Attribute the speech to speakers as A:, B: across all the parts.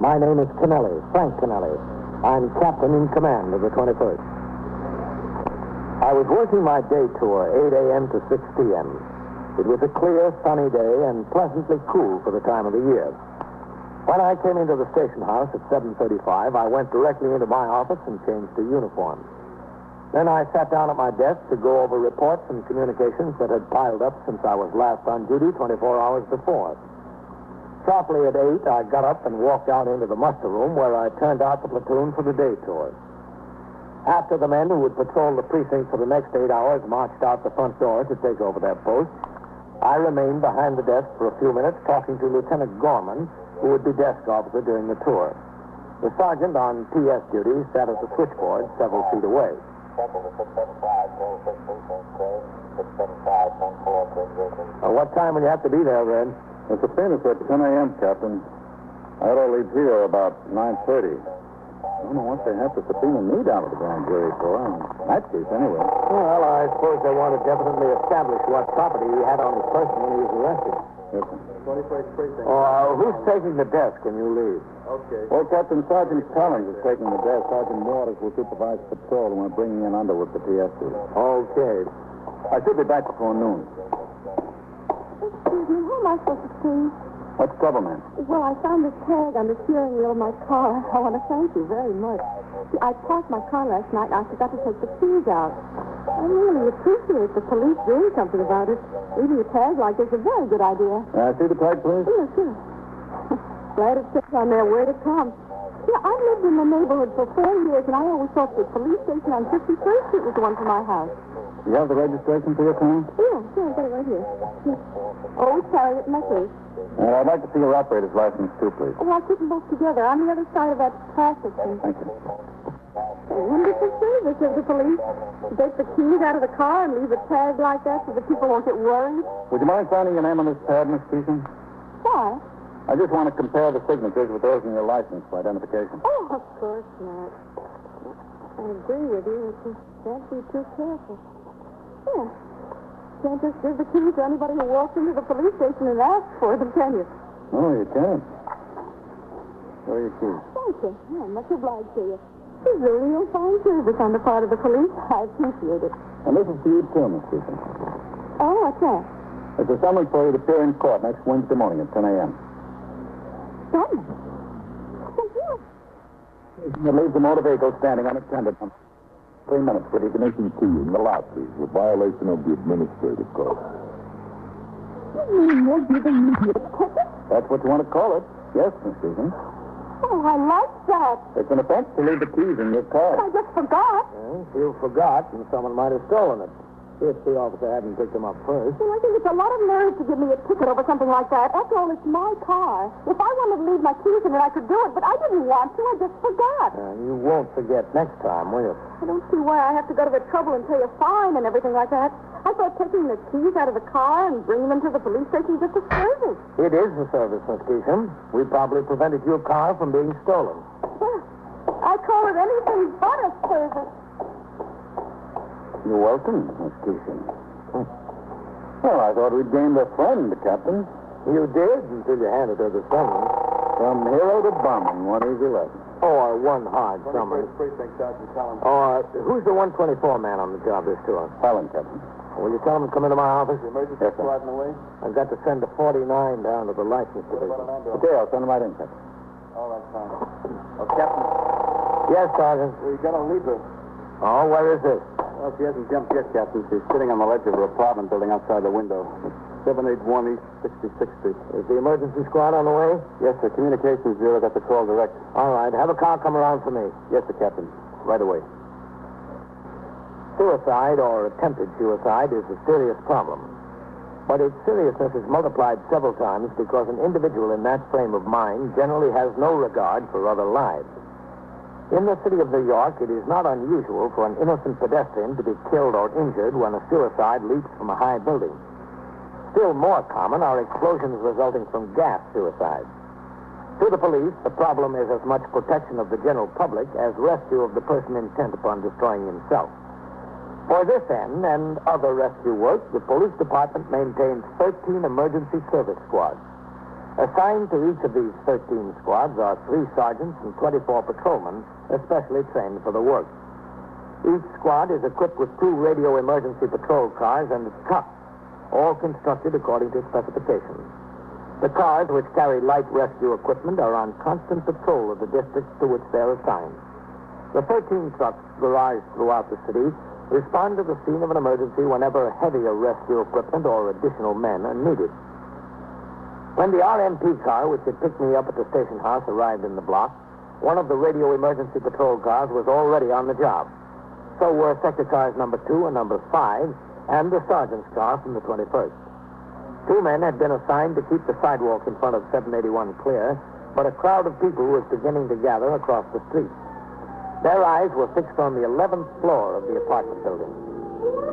A: My name is Kennelly, Frank Kennelly. I'm captain in command of the 21st. I was working my day tour, 8 a.m. to 6 p.m. It was a clear, sunny day and pleasantly cool for the time of the year. When I came into the station house at 7.35, I went directly into my office and changed to uniform. Then I sat down at my desk to go over reports and communications that had piled up since I was last on duty 24 hours before. Sharply at 8, I got up and walked out into the muster room where I turned out the platoon for the day tour. After the men who would patrol the precinct for the next eight hours marched out the front door to take over their posts, I remained behind the desk for a few minutes talking to Lieutenant Gorman, who would be desk officer during the tour. The sergeant on PS duty sat at the switchboard several feet away. Uh, what time will you have to be there, Red?
B: Mr. Phoenix at 10 a.m., Captain. I'll leave here about 9.30. I don't know what they have to subpoena me down to the grand jury for. In that case, anyway.
A: Well, I suppose they want to definitely establish what property he had on his person when he was arrested.
B: Yes, sir.
A: Uh, who's taking the desk when you leave?
B: Well, Captain Sergeant Collins is taking the desk. Sergeant Waters will supervise patrol when we're bringing in Underwood for TS duty.
A: Okay.
B: I should be back before noon.
C: Excuse me, who am I supposed to see?
B: What's trouble, man?
C: Well, I found this tag on the steering wheel of my car. I want to thank you very much. See, I parked my car last night and I forgot to take the keys out. I really appreciate the police doing something about it. Leaving a tag like this is a very good idea.
B: Uh, see the tag, please?
C: Yes, sure. Glad it says on their way to come. Yeah, I lived in the neighborhood for four years, and I always thought the police station on 51st Street was the one for my house.
B: You have the registration for your car?
C: Yeah, sure, I've got it right here. Yes. Oh, Old Chariot Methodist.
B: And Uh, I'd like to see your operator's license, too, please.
C: Oh, I put them both together on the other side of that plastic thing.
B: Thank you.
C: Wonderful service of the police. Take the keys out of the car and leave a tag like that so the people won't get worried.
B: Would you mind signing your name on this pad, Miss Peterson?
C: Why?
B: I just want to compare the signatures with those in your license for identification.
C: Oh, of course not. I agree with you. It's just can't be too careful. Yeah. Can't just give the keys to anybody who walks into the police station and asks for them, can you?
B: Oh, you can. Where are your keys?
C: Thank you. I'm much obliged to you. This is a real fine service on the part of the police. I appreciate it.
B: And this is for you too, Miss Peterson.
C: Oh, what's that?
B: It's a summons for you to appear in court next Wednesday morning at 10 a.m.
C: Done. Thank you.
B: You leave the motor vehicle standing unattended for three minutes for the ignition key in the lock, please.
D: The violation of the administrative code.
B: That's what you want to call it. Yes, Miss Susan.
C: Oh, I like that.
B: It's an offense to leave the keys in your car.
C: I just forgot.
A: Well, you forgot, and someone might have stolen it. If the officer hadn't picked him up first.
C: Well, I think it's a lot of nerve to give me a ticket over something like that. After all, it's my car. If I wanted to leave my keys in it, I could do it, but I didn't want to. I just forgot.
A: Uh, you won't forget next time, will you?
C: I don't see why I have to go to the trouble and pay a fine and everything like that. I thought taking the keys out of the car and bringing them to the police station was just a service.
A: It is a service, Miss Keesham. We probably prevented your car from being stolen.
C: Yeah. I call it anything but a service.
B: You're welcome, Miss Peterson. Well, I thought we'd gained a friend, Captain.
A: You did until you handed her the summons.
B: From hero to bomb in one easy lesson.
A: Or one hard summons. Or who's the 124 man on the job this tour?
B: Helen, Captain.
A: Will you tell him to come into my office?
B: Yes, sir.
A: I've got to send a 49 down to the license division.
B: Okay, I'll send him right in, Captain.
E: Oh, Captain,
A: Yes, Sergeant.
E: we got a leaper.
A: Oh, where is this?
E: Well, she hasn't jumped yet, Captain. She's sitting on the ledge of her apartment building outside the window. 781 East 66th Street.
A: Is the emergency squad on the way?
E: Yes, sir. Communications Bureau got the call direct.
A: All right, have a car come around for me.
E: Yes, sir, Captain. Right away.
A: Suicide or attempted suicide is a serious problem. But its seriousness is multiplied several times because an individual in that frame of mind generally has no regard for other lives. In the city of New York, it is not unusual for an innocent pedestrian to be killed or injured when a suicide leaps from a high building. Still more common are explosions resulting from gas suicides. To the police, the problem is as much protection of the general public as rescue of the person intent upon destroying himself. For this end and other rescue work, the police department maintains 13 emergency service squads. Assigned to each of these 13 squads are three sergeants and 24 patrolmen, especially trained for the work. Each squad is equipped with two radio emergency patrol cars and trucks, all constructed according to specifications. The cars, which carry light rescue equipment, are on constant patrol of the districts to which they're assigned. The 13 trucks, garaged throughout the city, respond to the scene of an emergency whenever heavier rescue equipment or additional men are needed. When the RMP car, which had picked me up at the station house, arrived in the block, one of the radio emergency patrol cars was already on the job. So were sector cars number two and number five, and the sergeant's car from the 21st. Two men had been assigned to keep the sidewalk in front of 781 clear, but a crowd of people was beginning to gather across the street. Their eyes were fixed on the 11th floor of the apartment building.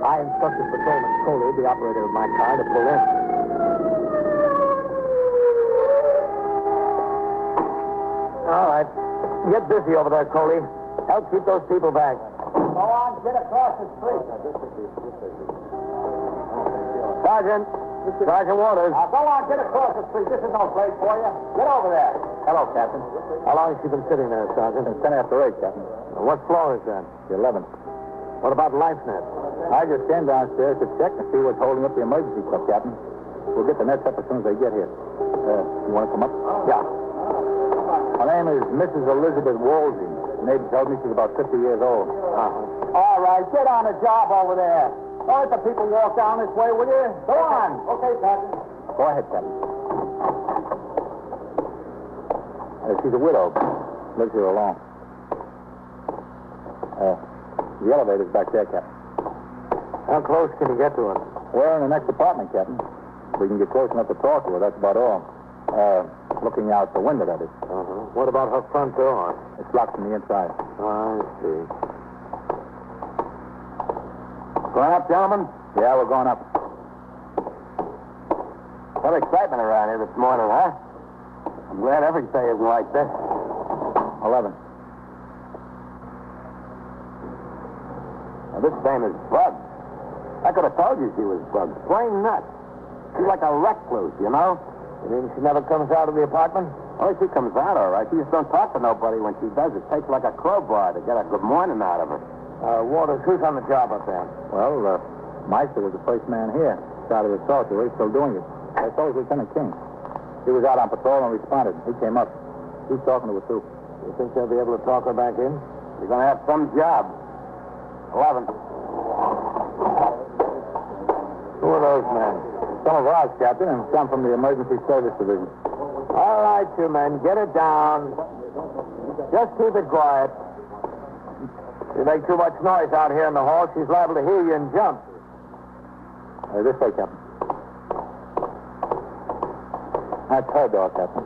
A: I instructed Patrolman Coley, the operator of my car, to pull in. All right. Get busy over there, Coley. Help keep those people back.
E: Go on, get across the street.
A: Sergeant. Sergeant Waters.
E: Now, go on, get across the street. This is no place for you. Get over there.
B: Hello, Captain.
A: How long has she been sitting there, Sergeant? Uh,
B: It's ten after eight, Captain.
A: What floor is that?
B: The eleventh.
A: What about life net?
B: I just came downstairs to check and see what's holding up the emergency club, Captain. We'll get the nets up as soon as they get here. Uh, you want to come up?
A: Yeah.
B: Her name is Mrs. Elizabeth Wolsey. Nate tells me she's about 50 years old. Uh-huh.
E: All right, get on the job over there. Don't let the people walk down this way, will you? Go on. Okay, Captain.
B: Go ahead, Captain. Uh, she's a widow. Lives here alone. Uh, the elevator's back there, Captain.
A: How close can you get to it?
B: We're in the next apartment, Captain. We can get close enough to talk to her. That's about all. Uh, looking out the window, that is.
A: Uh-huh. What about her front door?
B: It's locked from the inside.
A: I see.
B: Going up, gentlemen? Yeah, we're going up.
E: Some excitement around here this morning, huh? I'm glad every day isn't like this.
B: Eleven.
E: Now, this dame is bugged. I could have told you she was bugged. Plain nuts. She's like a recluse, you know?
A: You mean she never comes out of the apartment?
E: Only she comes out all right. She just don't talk to nobody when she does. It takes like a crowbar to get a good morning out of her.
A: Uh, Waters, who's on the job up there?
B: Well, uh, Meister was the first man here. Started with Salter. He's still doing it. I told Lieutenant King. He was out on patrol and responded. He came up. He's talking to us, too.
A: You think they'll be able to talk her back in?
E: You're gonna have some job. Eleven.
A: Who are those men?
B: Some of ours, Captain, and some from the Emergency Service Division.
A: All right, you men, get it down. Just keep it quiet. You make too much noise out here in the hall, she's liable to hear you and jump.
B: Uh, this way, Captain. That's her door, Captain.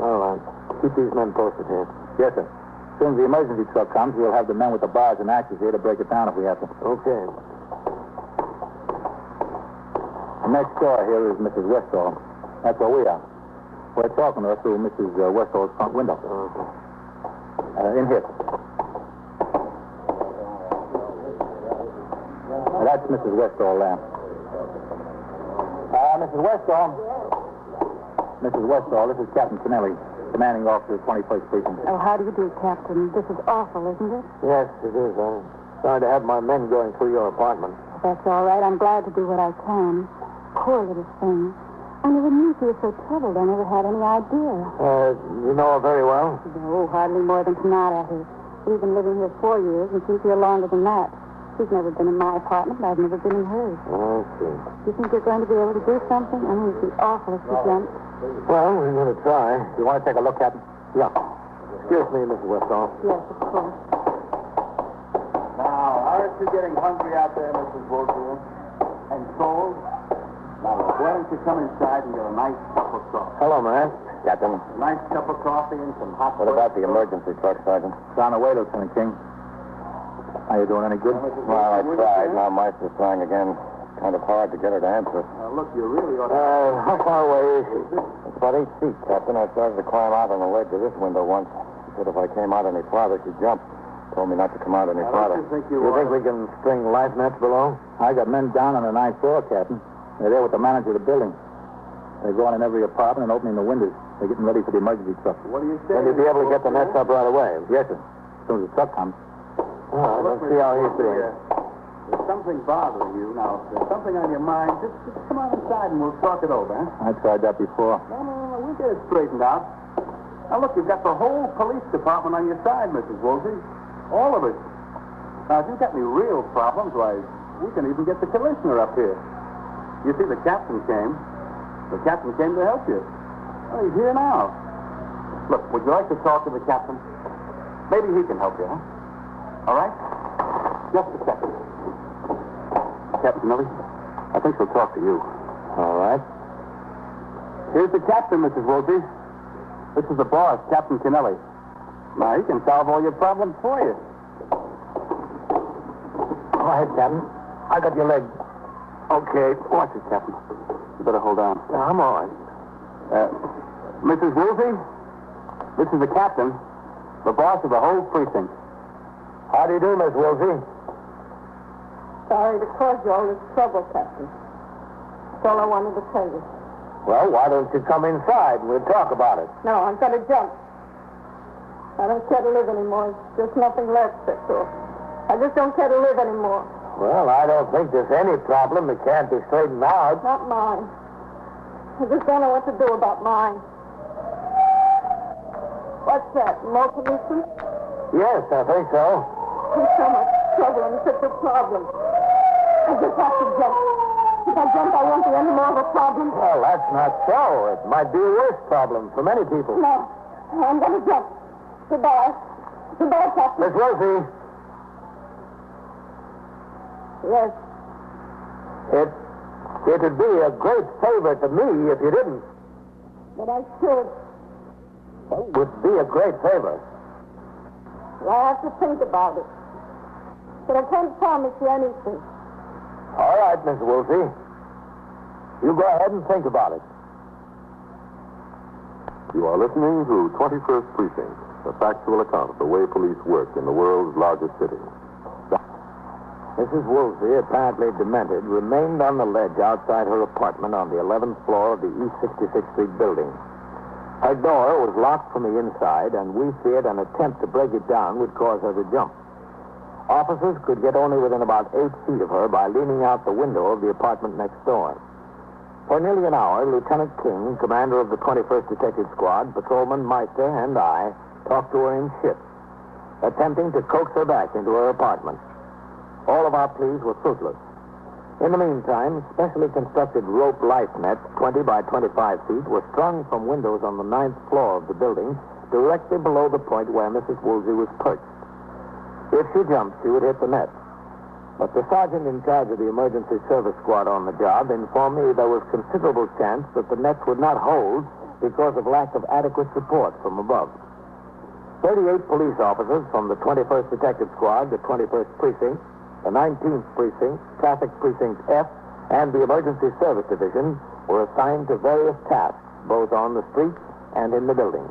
A: All right. Keep these men posted here.
B: Yes, sir. As soon as the emergency truck comes, we'll have the men with the bars and axes here to break it down if we have to.
A: Okay.
B: The next door here is Mrs. Westall. That's where we are. We're talking to her through Mrs. uh, Westall's front window. Uh, in here. Uh, that's Mrs. Westall there. Uh, Mrs. Westall. Mrs. Westall, this is Captain Kennelly, commanding officer, 21st Precinct.
C: Oh, how do you do, Captain? This is awful, isn't it?
A: Yes, it is. I'm sorry to have my men going through your apartment.
C: That's all right. I'm glad to do what I can. Poor little thing. I never knew she was so troubled. I never had any idea.
A: Uh, you know her very well?
C: No, hardly more than tonight at her. We've been living here four years, and she's here longer than that. She's never been in my apartment, and I've never been in hers.
A: I see.
C: You think you're going to be able to do something? I mean, it'd be awful if she jumped.
A: Well, we're going to try.
B: You want to take a look, Captain?
A: Yeah. Excuse me, Mrs. Westall.
C: Yes, of course.
E: Now, aren't you getting hungry out there, Mrs. Woodville? And cold? Now, why don't you come inside and get a nice cup of coffee?
A: Hello, man.
B: Captain.
E: A nice cup of coffee and some hot
B: What about the
E: emergency truck, Sergeant?
B: It's on the way, Lieutenant King. Are you doing any good?
E: Well, I tried. Now,
B: Meister's trying again. Kind of hard to get her to answer.
E: Now, look, you really ought
A: Uh,
E: to...
A: how far away is she?
B: It's about eight feet, Captain. I started to climb out on the ledge of this window once. She said if I came out any farther, she'd jump. Told me not to come out any
E: I don't you think you,
A: You
E: ought
A: think
E: to...
A: we can string life nets below?
B: I got men down on the ninth floor, Captain. They're there with the manager of the building. They're going in every apartment and opening the windows. They're getting ready for the emergency truck.
E: What do you say?
A: Then you'll be able to get the
E: Mr.
A: nets up right away.
B: Yes, sir. As soon as the truck comes.
A: All right,
E: Look,
A: let's see how he's
E: Mr.
A: doing.
E: Borgia, There's something bothering you now. If there's something on your mind, just, just come on inside and we'll talk it over, huh?
B: I tried that before.
E: No, no, no, we'll get it straightened out. Now, look, you've got the whole police department on your side, Mrs. Woolsey. All of us. Now, if you've got any real problems, why, we can even get the commissioner up here. You see, the captain came. The captain came to help you. Well, he's here now. Look, would you like to talk to the captain? Maybe he can help you, huh? All right? Just a second. Captain Miller, I think she'll talk to you.
A: All right.
E: Here's the captain, Mrs. Wilkie. This is the boss, Captain Kennelly. Now, he can solve all your problems for you.
A: Go ahead, Captain. I got your leg.
E: Okay, watch it, Captain. You better hold on.
A: Now, I'm all right.
E: Uh, Mrs. Wilkie, this is the captain, the boss of the whole precinct.
A: How do you do, Miss Wilsey?
C: Sorry to cause you all this trouble, Captain. That's all I wanted to tell you.
A: Well, why don't you come inside? We'll talk about it.
C: No, I'm going to jump. I don't care to live anymore. There's nothing left, that's all. I just don't care to live anymore.
A: Well, I don't think there's any problem that can't be straightened out.
C: Not mine. I just don't know what to do about mine. What's that? More pollution?
A: Yes, I think so.
C: There's so much trouble and such a problem. I just have to jump. If I jump, I won't be any more of a problem.
A: Well, that's not so. It might be a worse problem for many people.
C: No, I'm going to jump. Goodbye. Goodbye, Captain.
A: Miss Wilsey,
C: Yes,
A: it it'd be a great favor to me if you didn't.
C: but I should.
A: It would be a great favor.
C: Well, I have to think about it. But I can't promise you anything.
A: All right, Miss Wolsey. You go ahead and think about it.
D: You are listening to 21st Precinct, a factual account of the way police work in the world's largest city.
A: Mrs. Wolsey, apparently demented, remained on the ledge outside her apartment on the 11th floor of the East 66th Street building. Her door was locked from the inside, and we feared an attempt to break it down would cause her to jump. Officers could get only within about eight feet of her by leaning out the window of the apartment next door. For nearly an hour, Lieutenant King, commander of the 21st Detective Squad, Patrolman Meister, and I talked to her in shifts, attempting to coax her back into her apartment. All of our pleas were fruitless. In the meantime, specially constructed rope life nets, 20 by 25 feet, were strung from windows on the ninth floor of the building, directly below the point where Mrs. Woolsey was perched. If she jumped, she would hit the net. But the sergeant in charge of the emergency service squad on the job informed me there was considerable chance that the nets would not hold because of lack of adequate support from above. 38 police officers from the 21st Detective Squad, the 21st Precinct, the 19th Precinct, Traffic Precinct F, and the Emergency Service Division were assigned to various tasks, both on the streets and in the building.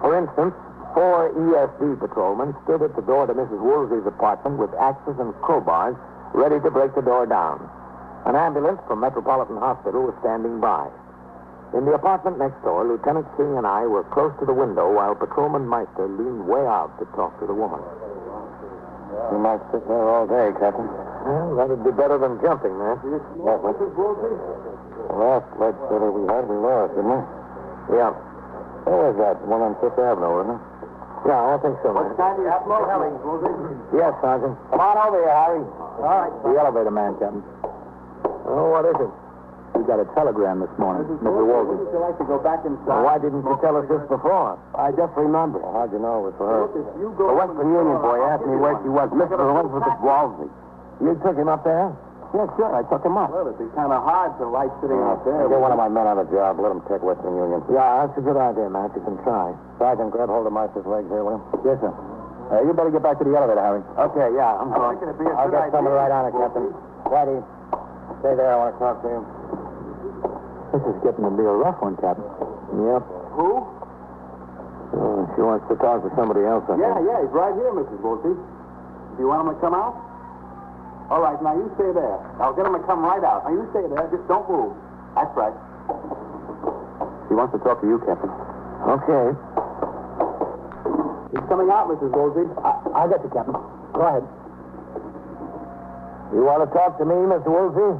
A: For instance, four ESD patrolmen stood at the door to Mrs. Woolsey's apartment with axes and crowbars, ready to break the door down. An ambulance from Metropolitan Hospital was standing by. In the apartment next door, Lieutenant King and I were close to the window while Patrolman Meister leaned way out to talk to the woman.
B: You might sit there all day, Captain.
A: Well, that'd be better than jumping, man.
B: That was
E: Mrs. Woolsey?
B: the last ledge city we had. We lost, didn't we?
A: Yeah.
B: Where was that? The one on Fifth Avenue, wasn't it?
A: Yeah, I think so,
E: What
A: man.
E: kind of smoke, Mrs. Woolsey?
A: Yes, Sergeant. Come on over here, Harry.
B: All right. The elevator man, Captain.
A: Oh, what is it?
B: We got a telegram this morning. Mr. Walton.
E: Would you like to go back inside?
A: Well, why didn't you tell us this before? I just remembered.
B: how'd you know it was for
E: Look, if you go
A: The
E: up
A: Western
E: in the
A: Union
E: door,
A: boy
E: I'll
A: asked
E: give
A: me
E: you
A: where
E: one.
A: she was. Mr. Elizabeth Walsey. You took him up there? Yeah, sure. I took him up.
E: Well, it'd be kind of hard to light sitting out there.
B: Get one of my men on the job. Let him check Western Union.
A: Yeah, that's a good idea, Matt. You can try.
B: Sergeant, grab hold of Marcia's legs here, will you?
A: Yes, sir.
B: Uh, you better get back to the elevator, Harry.
A: Okay, yeah, I'm
E: I
A: sorry.
E: think it'd be a
B: I'll
E: good
B: get someone
E: idea,
B: right on it,
E: Mrs.
B: Captain.
E: Woolsey.
B: Whitey, stay there. I want to talk to you.
A: This is getting to be a rough one, Captain. Yep.
E: Who?
A: Oh, she wants to talk to somebody else, I
E: Yeah,
A: think.
E: yeah, he's right here, Mrs. Woolsey. Do you want him to come out? All right, now you stay there. I'll get him to come right out. Now you stay there. Just don't move. That's right. She wants to talk to you, Captain.
A: Okay.
E: He's coming out, Mrs. Wolsey.
A: I'll get you, Captain. Go ahead. You want to talk to me, Mr. Woolsey?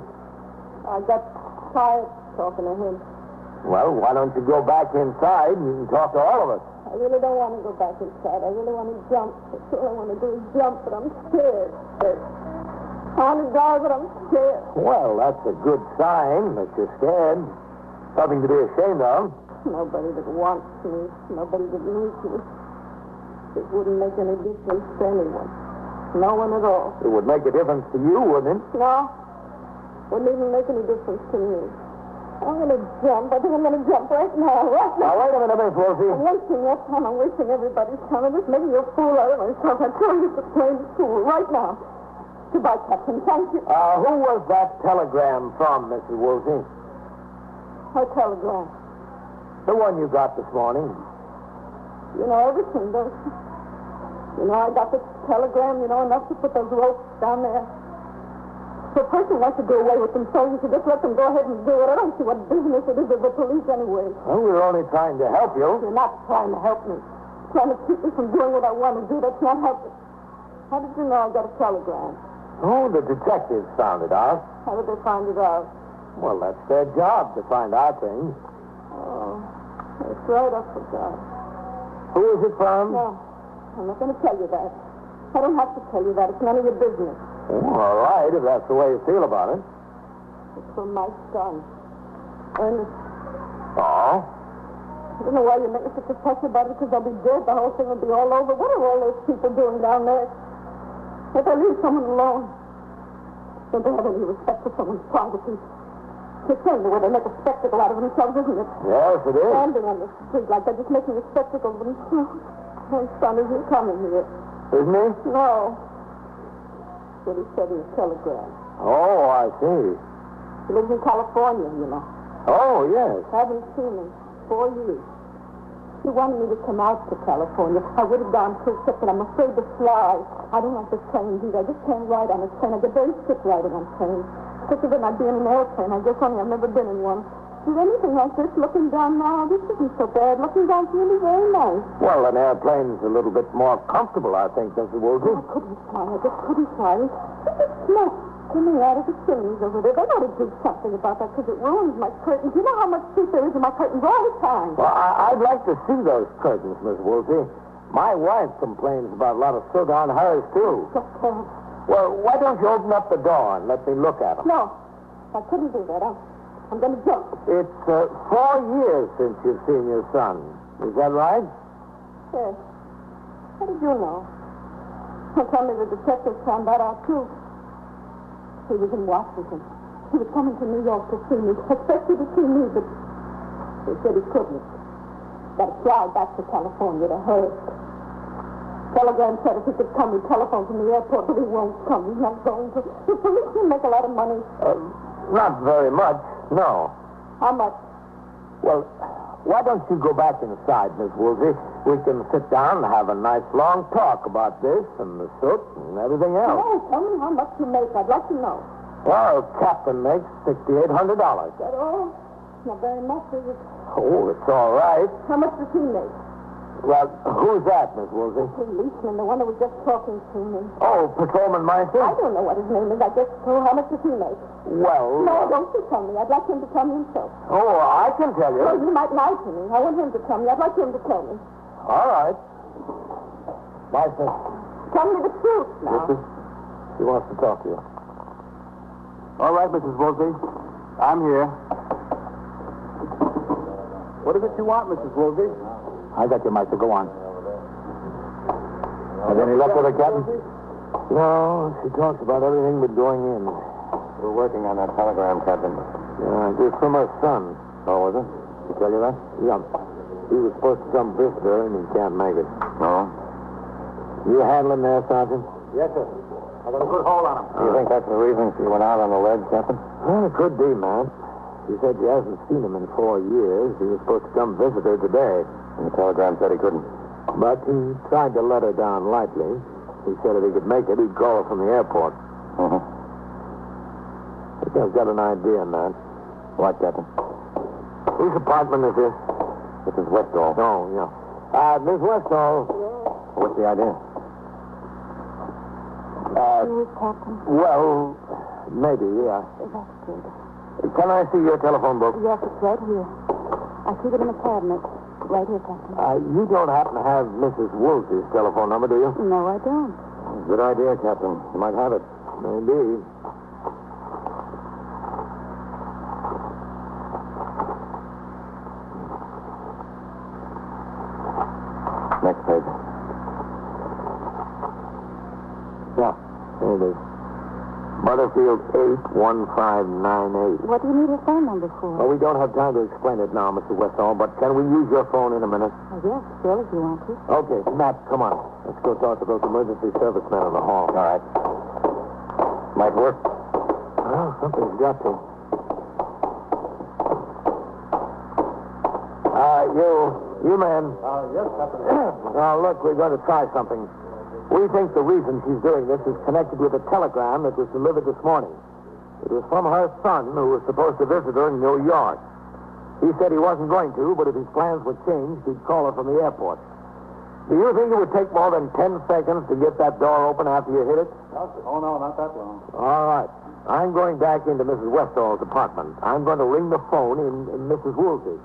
C: I got tired talking to him.
A: Well, why don't you go back inside and you can talk to all of us?
C: I really don't want to go back inside. I really want to jump. That's all I want to do is jump, but I'm scared. I want to die, but I'm scared.
A: Well, that's a good sign that you're scared. Something to be ashamed of.
C: Nobody that wants me, nobody that needs me. It wouldn't make any difference to anyone. No one at all.
A: It would make a difference to you, wouldn't it?
C: No. Wouldn't even make any difference to me. I'm going to jump. I think I'm going to jump right now. Right now.
A: Now, wait a minute, Miss Woolsey.
C: I'm wasting your time. I'm wasting everybody's time. I'm just making a fool out of myself. I'm telling you to plain fool right now. Goodbye, Captain. Thank you.
A: Uh, who was that telegram from, Mrs. Woolsey?
C: I telegram.
A: The one you got this morning.
C: You know everything, don't you? You know, I got the telegram, you know, enough to put those ropes down there. If a person wants to do away with themselves, you should just let them go ahead and do it. I don't see what business it is of the police anyway.
A: Well, we were only trying to help you.
C: You're not trying to help me. Trying to keep me from doing what I want to do. That's not helping. How did you know I got a telegram?
A: Oh, the detectives found it out.
C: How did they find it out?
A: Well, that's their job to find out things.
C: Oh, that's right. I forgot.
A: Who is it from?
C: No, I'm not going to tell you that. I don't have to tell you that. It's none of your business.
A: Oh, all right, if that's the way you feel about it.
C: It's from my son. Ernest,
A: Oh?
C: I don't know why you make me such a fuss about it because I'll be dead. The whole thing will be all over. What are all those people doing down there? If they leave someone alone, don't they have any respect for someone's privacy? It's the way they make a spectacle out of themselves, isn't it?
A: Yes, it is.
C: Standing on the street like they're just making a spectacle of themselves. My son isn't coming here.
A: Isn't he?
C: No. What he said in the telegram.
A: Oh, I see.
C: He lives in California, you know.
A: Oh, yes.
C: Haven't seen him four years. He wanted me to come out to California. I would have gone too, except that I'm afraid to fly. I don't like the trains either. I just can't ride on a train. I get very sick riding on trains. Sicker than I'd be in an airplane. I guess only I've never been in one. Is anything like this looking down now? This isn't so bad. Looking down's really very nice.
A: Well, an airplane's a little bit more comfortable, I think, Mr. Woolsey.
C: I couldn't fly. I just couldn't fly. Look at smoke coming out of the chimneys over there. They ought to do something about that because it ruins my curtains. You know how much heat there is in my curtains all the time.
A: Well, I- I'd like to see those curtains, Miss Woolsey. My wife complains about a lot of soot on hers, too.
C: Just uh, terrible.
A: Well, why don't you open up the door and let me look at them?
C: No, I couldn't do that. I'm, I'm going to jump.
A: It's uh, four years since you've seen your son. Is that right?
C: Yes. How did you know? Well, tell me the detective found that out, too. He was in Washington. He was coming to New York to see me, expected to see me, but he said he couldn't. Got to fly back to California to her. Telegram said if he could come, he telephoned from the airport, but he won't come. He's not going to. The police can make a lot of money.
A: Uh, not very much, no.
C: How much?
A: Well, why don't you go back inside, Miss Woolsey? We can sit down and have a nice long talk about this and the soot and everything else.
C: No, tell me how much you make. I'd like to know.
A: Well, Captain makes $6,800.
C: Is that all? Not very much, is it?
A: Oh, it's all right.
C: How much does he make?
A: Well, who's that, Miss Woolsey?
C: Policeman, the one who was just talking to me.
A: Oh, Patrolman
C: I
A: Meister?
C: don't know what his name is. I guess so. How much does he make?
A: Well, uh,
C: No, don't you tell me. I'd like him to tell me himself.
A: oh, I can tell
C: Well,
A: you.
C: you might lie to me. I want him to tell me. I'd like him to tell me.
A: All right. Meister,
C: Tell me the truth now.
A: Richard, she wants to talk to you.
E: All right, Mrs. Wolsey. I'm here. What is it you want, Mrs. Wolsey?
A: I got you, Meister. Go on. Have any luck with her, Captain? No, she talks about everything but going in.
B: We're working on that telegram, Captain.
A: Yeah, it was from her son.
B: Oh, was it? Did he tell you that?
A: Yeah. He was supposed to come visitor, and he can't make it.
B: No.
A: You handle him there, Sergeant?
E: Yes, sir. I got a good hold on him.
B: Do you think that's the reason she went out on the ledge, Captain?
A: Well, it could be, man. She said she hasn't seen him in four years. He was supposed to come visit her today.
B: And the telegram said he couldn't.
A: But he tried to let her down lightly. He said if he could make it, he'd call her from the airport.
B: Mm-hmm.
A: I think I've got an idea, man.
B: What, Captain?
A: Whose apartment is this?
B: This is Westall.
A: Oh, yeah. Uh, Miss Westall.
B: What's the idea?
A: Uh,
C: You, Captain?
A: well, maybe, yeah.
C: That's good.
A: Can I see your telephone book?
C: Yes, it's right here. I keep it in the cabinet. Right here, Captain.
A: Uh, you don't happen to have Mrs. Woolsey's telephone number, do you?
C: No, I don't.
B: Good idea, Captain. You might have it.
A: Maybe.
B: Next page.
A: Yeah, there it is. Butterfield 81598.
C: What do you need a phone number for?
A: Well, we don't have time to explain it now, Mr. Westall, but can we use your phone in a minute?
C: Oh, yes, sure, if you want to.
A: Okay, Matt, come on. Let's go talk to those emergency servicemen in the hall.
B: All right. Might work.
A: Well, something's got to. Uh, you, you men.
E: Uh, yes, Captain.
A: now, look, we're going to try something. We think the reason she's doing this is connected with a telegram that was delivered this morning. It was from her son, who was supposed to visit her in New York. He said he wasn't going to, but if his plans were changed, he'd call her from the airport. Do you think it would take more than 10 seconds to get that door open after you hit it?
E: Oh, no, not that long.
A: All right. I'm going back into Mrs. Westall's apartment. I'm going to ring the phone in, in Mrs. Woolsey.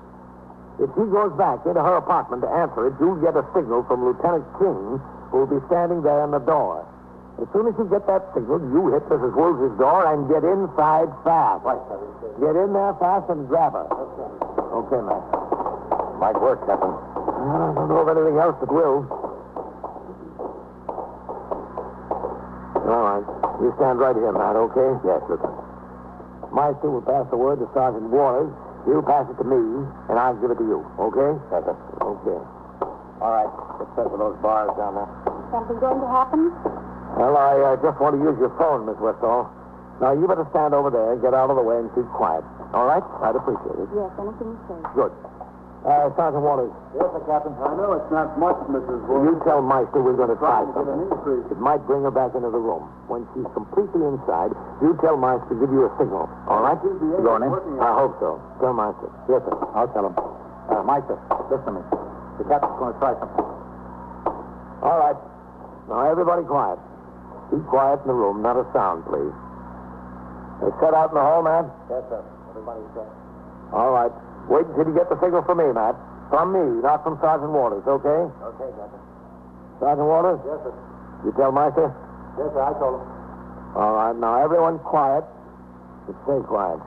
A: If she goes back into her apartment to answer it, you'll get a signal from Lieutenant King, who'll be standing there in the door. As soon as you get that signal, you hit Mrs. Woolsey's door and get inside fast.
E: Right, Captain.
A: Get in there fast and grab her. Okay, Matt.
B: Might work, Captain.
A: I don't know of anything else that will. All right. You stand right here, Matt, okay?
B: Yes, Lieutenant.
A: Meister will pass the word to Sergeant Waters. You pass it to me, and I'll give it to you, okay?
B: Captain.
A: Okay.
B: All right. Let's set with those bars down there.
C: Something going to happen?
A: Well, I uh, just want to use your phone, Miss Westall. Now, you better stand over there, get out of the way, and keep quiet. All right? I'd appreciate it.
C: Yes, anything you say.
A: Good. Uh, Sergeant Waters,
E: Yes, Captain. I know it's not much, Mrs.
A: you
E: Woolsey.
A: tell Meister we're going to try
E: trying to get an
A: something.
E: increase.
A: It might bring her back into the room. When she's completely inside, you tell Meister to give you a signal. All right?
E: You
B: going in?
A: I hope so. Tell Meister. Yes, sir.
B: I'll tell him. Uh, Meister, listen to me. The captain's going to try something.
A: All right. Now, everybody quiet. Keep quiet in the room. Not a sound, please. They set out in the hall, Matt?
B: Yes, sir. Everybody's set.
A: All right. Wait until you get the signal from me, Matt. From me, not from Sergeant Waters, okay?
B: Okay, Captain.
A: Sergeant Waters,
B: Yes, sir.
A: you tell Meister?
B: Yes, sir. I told him.
A: All right. Now, everyone quiet. But stay quiet.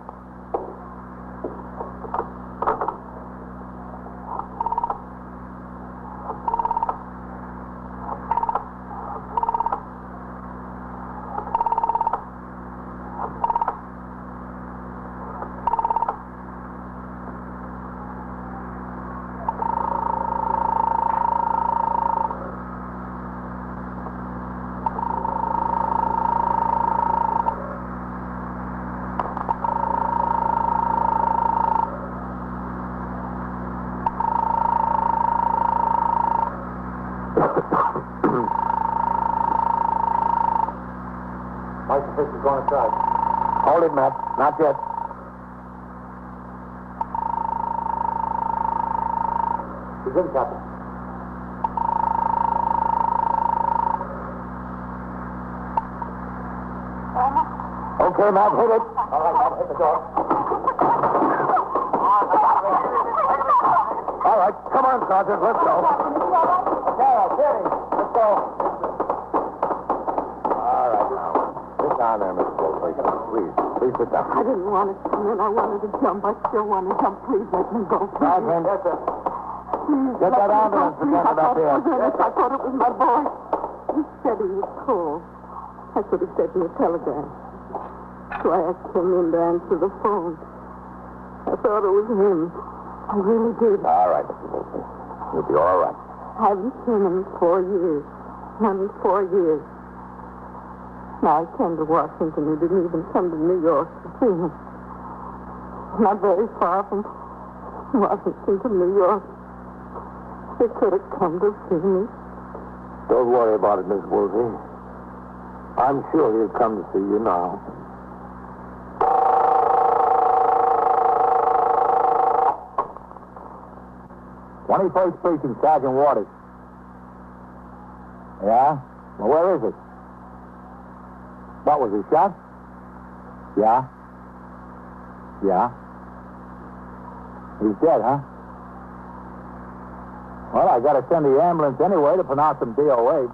B: Meister thinks he's going to try.
A: Hold it, Matt. Not yet.
B: He's in, Captain.
A: Okay, Matt, hit it.
B: All right, Captain. Hit the door.
A: All right. Come on, Sergeant. Let's go.
B: Carol, Jenny, let's go. All right, now. Sit down there, Mr. Goldberg. Please, please sit down.
C: I didn't want to come in. I wanted to jump. I still want to jump. Please let me go. Please.
A: Sergeant. Yes, sir.
C: Please,
A: Get
C: let
A: that
C: me go.
A: ambulance
C: Please,
A: attendant
C: I
A: up
C: thought it
A: here.
C: was Ernest. I thought it was my boy. He said he was cold. That's what he said in the telegram. So I asked him in to answer the phone. I thought it was him. I really did.
B: All right, Mr. Goldberg. You'll be all right.
C: I haven't seen him in four years. Not in four years. Now he came to Washington. He didn't even come to New York to see him. Not very far from Washington to New York. He could have come to see me.
A: Don't worry about it, Miss Woolsey. I'm sure he'll come to see you now.
B: 21st Precinct, Sergeant Waters. Yeah? Well, where is it? What was he shot? Yeah. Yeah. He's dead, huh? Well, I gotta send the ambulance anyway to pronounce him DOA.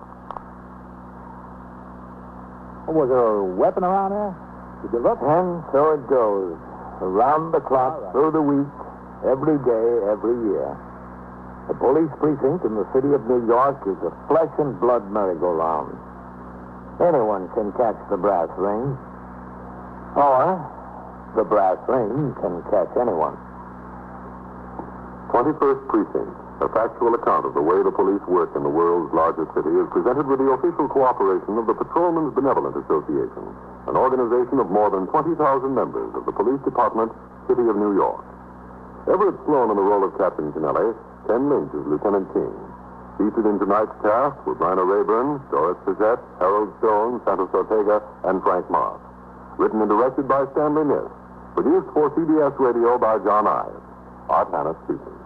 B: Oh, was there a weapon around there? Did you look?
A: And so it goes. Around the clock,
B: All right.
A: through the week, every day, every year. The police precinct in the city of New York is a flesh and blood merry-go-round. Anyone can catch the brass ring. Or the brass ring can catch anyone.
D: 21st Precinct, a factual account of the way the police work in the world's largest city, is presented with the official cooperation of the Patrolmen's Benevolent Association, an organization of more than 20,000 members of the Police Department, City of New York. Everett Sloan in the role of Captain Kennelly, Ken Lynch as Lieutenant King. Featured in tonight's cast were Bryna Rayburn, Doris Suzette, Harold Stone, Santos Ortega, and Frank Moss. Written and directed by Stanley Niss. Produced for CBS Radio by John Ives. Art Hannah speaking.